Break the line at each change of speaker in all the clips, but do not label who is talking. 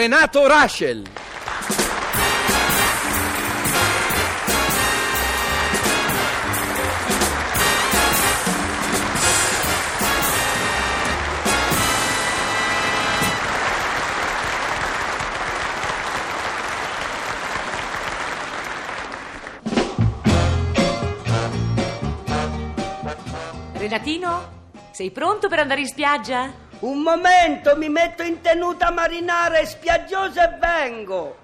Renato Raschel.
Renatino, sei pronto per andare in spiaggia?
Un momento, mi metto in tenuta marinara e spiaggiosa e vengo.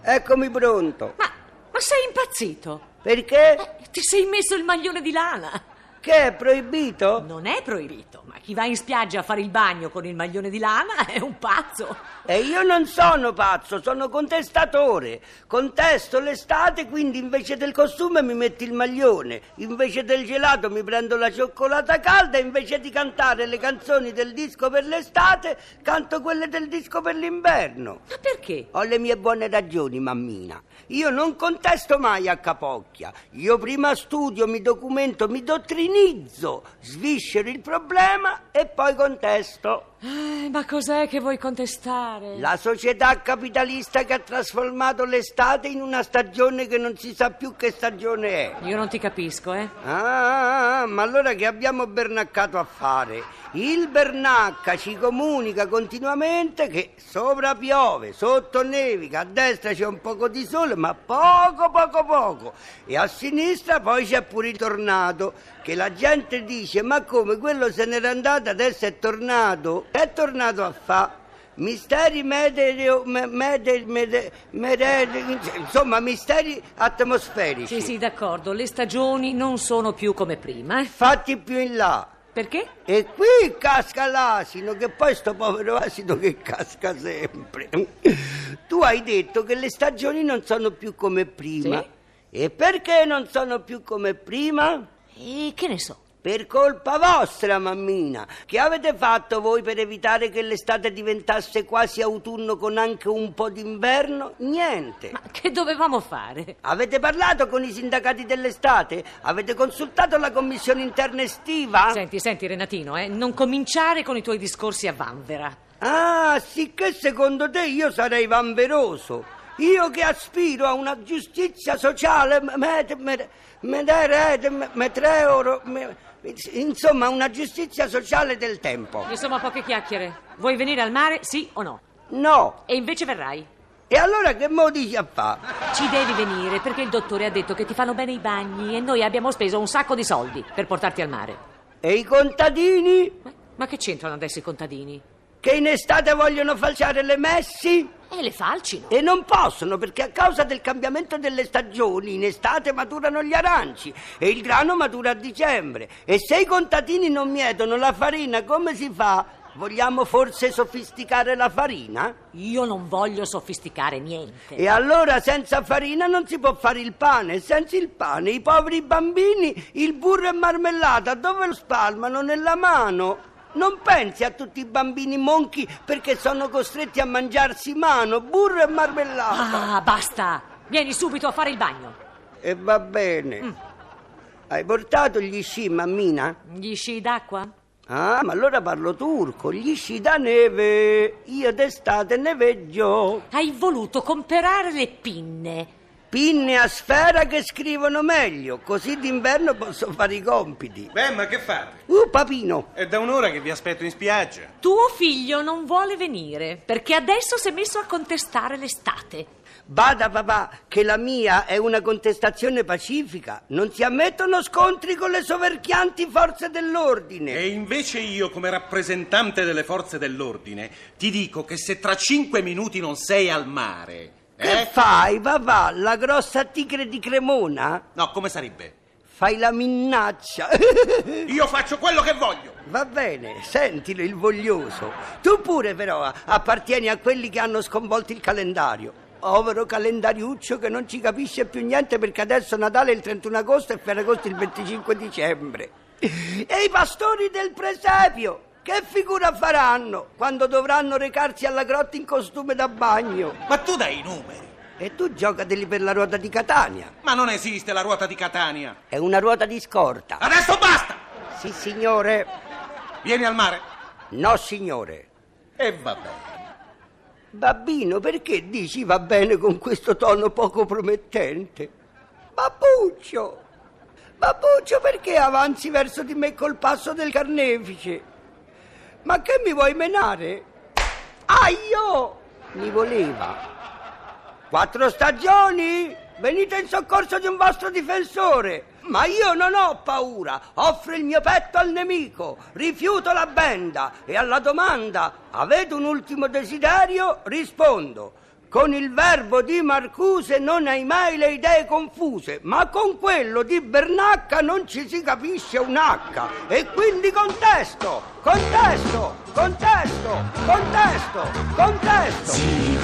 Eccomi pronto.
Ma, ma sei impazzito?
Perché?
Ti sei messo il maglione di lana?
Che è proibito?
Non è proibito, ma chi va in spiaggia a fare il bagno con il maglione di lana è un pazzo.
E io non sono pazzo, sono contestatore. Contesto l'estate, quindi invece del costume mi metti il maglione, invece del gelato mi prendo la cioccolata calda, invece di cantare le canzoni del disco per l'estate, canto quelle del disco per l'inverno.
Ma perché?
Ho le mie buone ragioni, mammina. Io non contesto mai a capocchia. Io prima studio, mi documento, mi dottrinizzo, sviscero il problema e poi contesto.
Eh, ma cos'è che vuoi contestare?
La società capitalista che ha trasformato l'estate in una stagione che non si sa più che stagione è.
Io non ti capisco, eh.
Ah, ma allora che abbiamo Bernaccato a fare? Il Bernacca ci comunica continuamente che sopra piove, sotto nevica, a destra c'è un poco di sole, ma poco, poco, poco. E a sinistra poi c'è pure il tornato, che la gente dice, ma come quello se n'era andato, adesso è tornato. È tornato a fa. Misteri meteoreo, me- mete- mete- mere- insomma, misteri atmosferici.
Sì, sì, d'accordo, le stagioni non sono più come prima, eh.
Fatti più in là.
Perché?
E qui casca l'asino, che poi sto povero asino che casca sempre. Tu hai detto che le stagioni non sono più come prima.
Sì.
E perché non sono più come prima?
E che ne so?
Per colpa vostra, mammina. Che avete fatto voi per evitare che l'estate diventasse quasi autunno con anche un po' d'inverno? Niente.
Ma che dovevamo fare?
Avete parlato con i sindacati dell'estate? Avete consultato la commissione interna estiva?
Senti, senti, Renatino, eh, non cominciare con i tuoi discorsi a vanvera.
Ah, sicché secondo te io sarei vanveroso. Io che aspiro a una giustizia sociale, me- me- me- me- me- meteoro, me- insomma una giustizia sociale del tempo.
Insomma, poche chiacchiere. Vuoi venire al mare, sì o no?
No,
E invece verrai.
e allora che mo dici a fa?
Ci devi venire perché il dottore ha detto che ti fanno bene i bagni e noi abbiamo speso un sacco di soldi per portarti al mare.
E i contadini
Ma- Ma che c'entrano adesso i contadini?
che in estate vogliono falciare le messi?
E le falcino.
E non possono perché a causa del cambiamento delle stagioni in estate maturano gli aranci e il grano matura a dicembre. E se i contadini non mietono la farina, come si fa? Vogliamo forse sofisticare la farina?
Io non voglio sofisticare niente.
E allora senza farina non si può fare il pane, e senza il pane i poveri bambini il burro e marmellata dove lo spalmano? Nella mano. Non pensi a tutti i bambini monchi perché sono costretti a mangiarsi mano, burro e marmellata.
Ah, basta! Vieni subito a fare il bagno.
E va bene. Hai portato gli sci, mammina?
Gli sci d'acqua?
Ah, ma allora parlo turco, gli sci da neve. Io d'estate ne veggio.
Hai voluto comprare le pinne.
Pinne a sfera che scrivono meglio, così d'inverno posso fare i compiti.
Beh, ma che fate?
Uh, papino,
È da un'ora che vi aspetto in spiaggia.
Tuo figlio non vuole venire perché adesso si è messo a contestare l'estate.
bada papà che la mia è una contestazione pacifica. Non si ammettono scontri con le soverchianti forze dell'ordine.
E invece io, come rappresentante delle forze dell'ordine, ti dico che se tra cinque minuti non sei al mare,
Che
eh?
fai, papà? La grossa tigre di Cremona?
No, come sarebbe?
Fai la minnaccia.
Io faccio quello che voglio.
Va bene, sentilo il voglioso. Tu pure però appartieni a quelli che hanno sconvolto il calendario. Povero calendariuccio che non ci capisce più niente perché adesso Natale è il 31 agosto e Ferragosto il 25 dicembre. E i pastori del presepio, che figura faranno quando dovranno recarsi alla grotta in costume da bagno?
Ma tu dai i numeri.
E tu giocateli per la ruota di Catania.
Ma non esiste la ruota di Catania.
È una ruota di scorta.
Adesso basta!
Sì, signore.
Vieni al mare.
No, signore.
E vabbè.
Babbino, perché dici va bene con questo tono poco promettente? Babbuccio! Babbuccio, perché avanzi verso di me col passo del carnefice? Ma che mi vuoi menare? Aio! Mi voleva. Quattro stagioni? Venite in soccorso di un vostro difensore! Ma io non ho paura, offro il mio petto al nemico, rifiuto la benda e alla domanda avete un ultimo desiderio? Rispondo. Con il verbo di Marcuse non hai mai le idee confuse, ma con quello di Bernacca non ci si capisce un H. E quindi contesto, contesto, contesto, contesto, contesto.
Sì.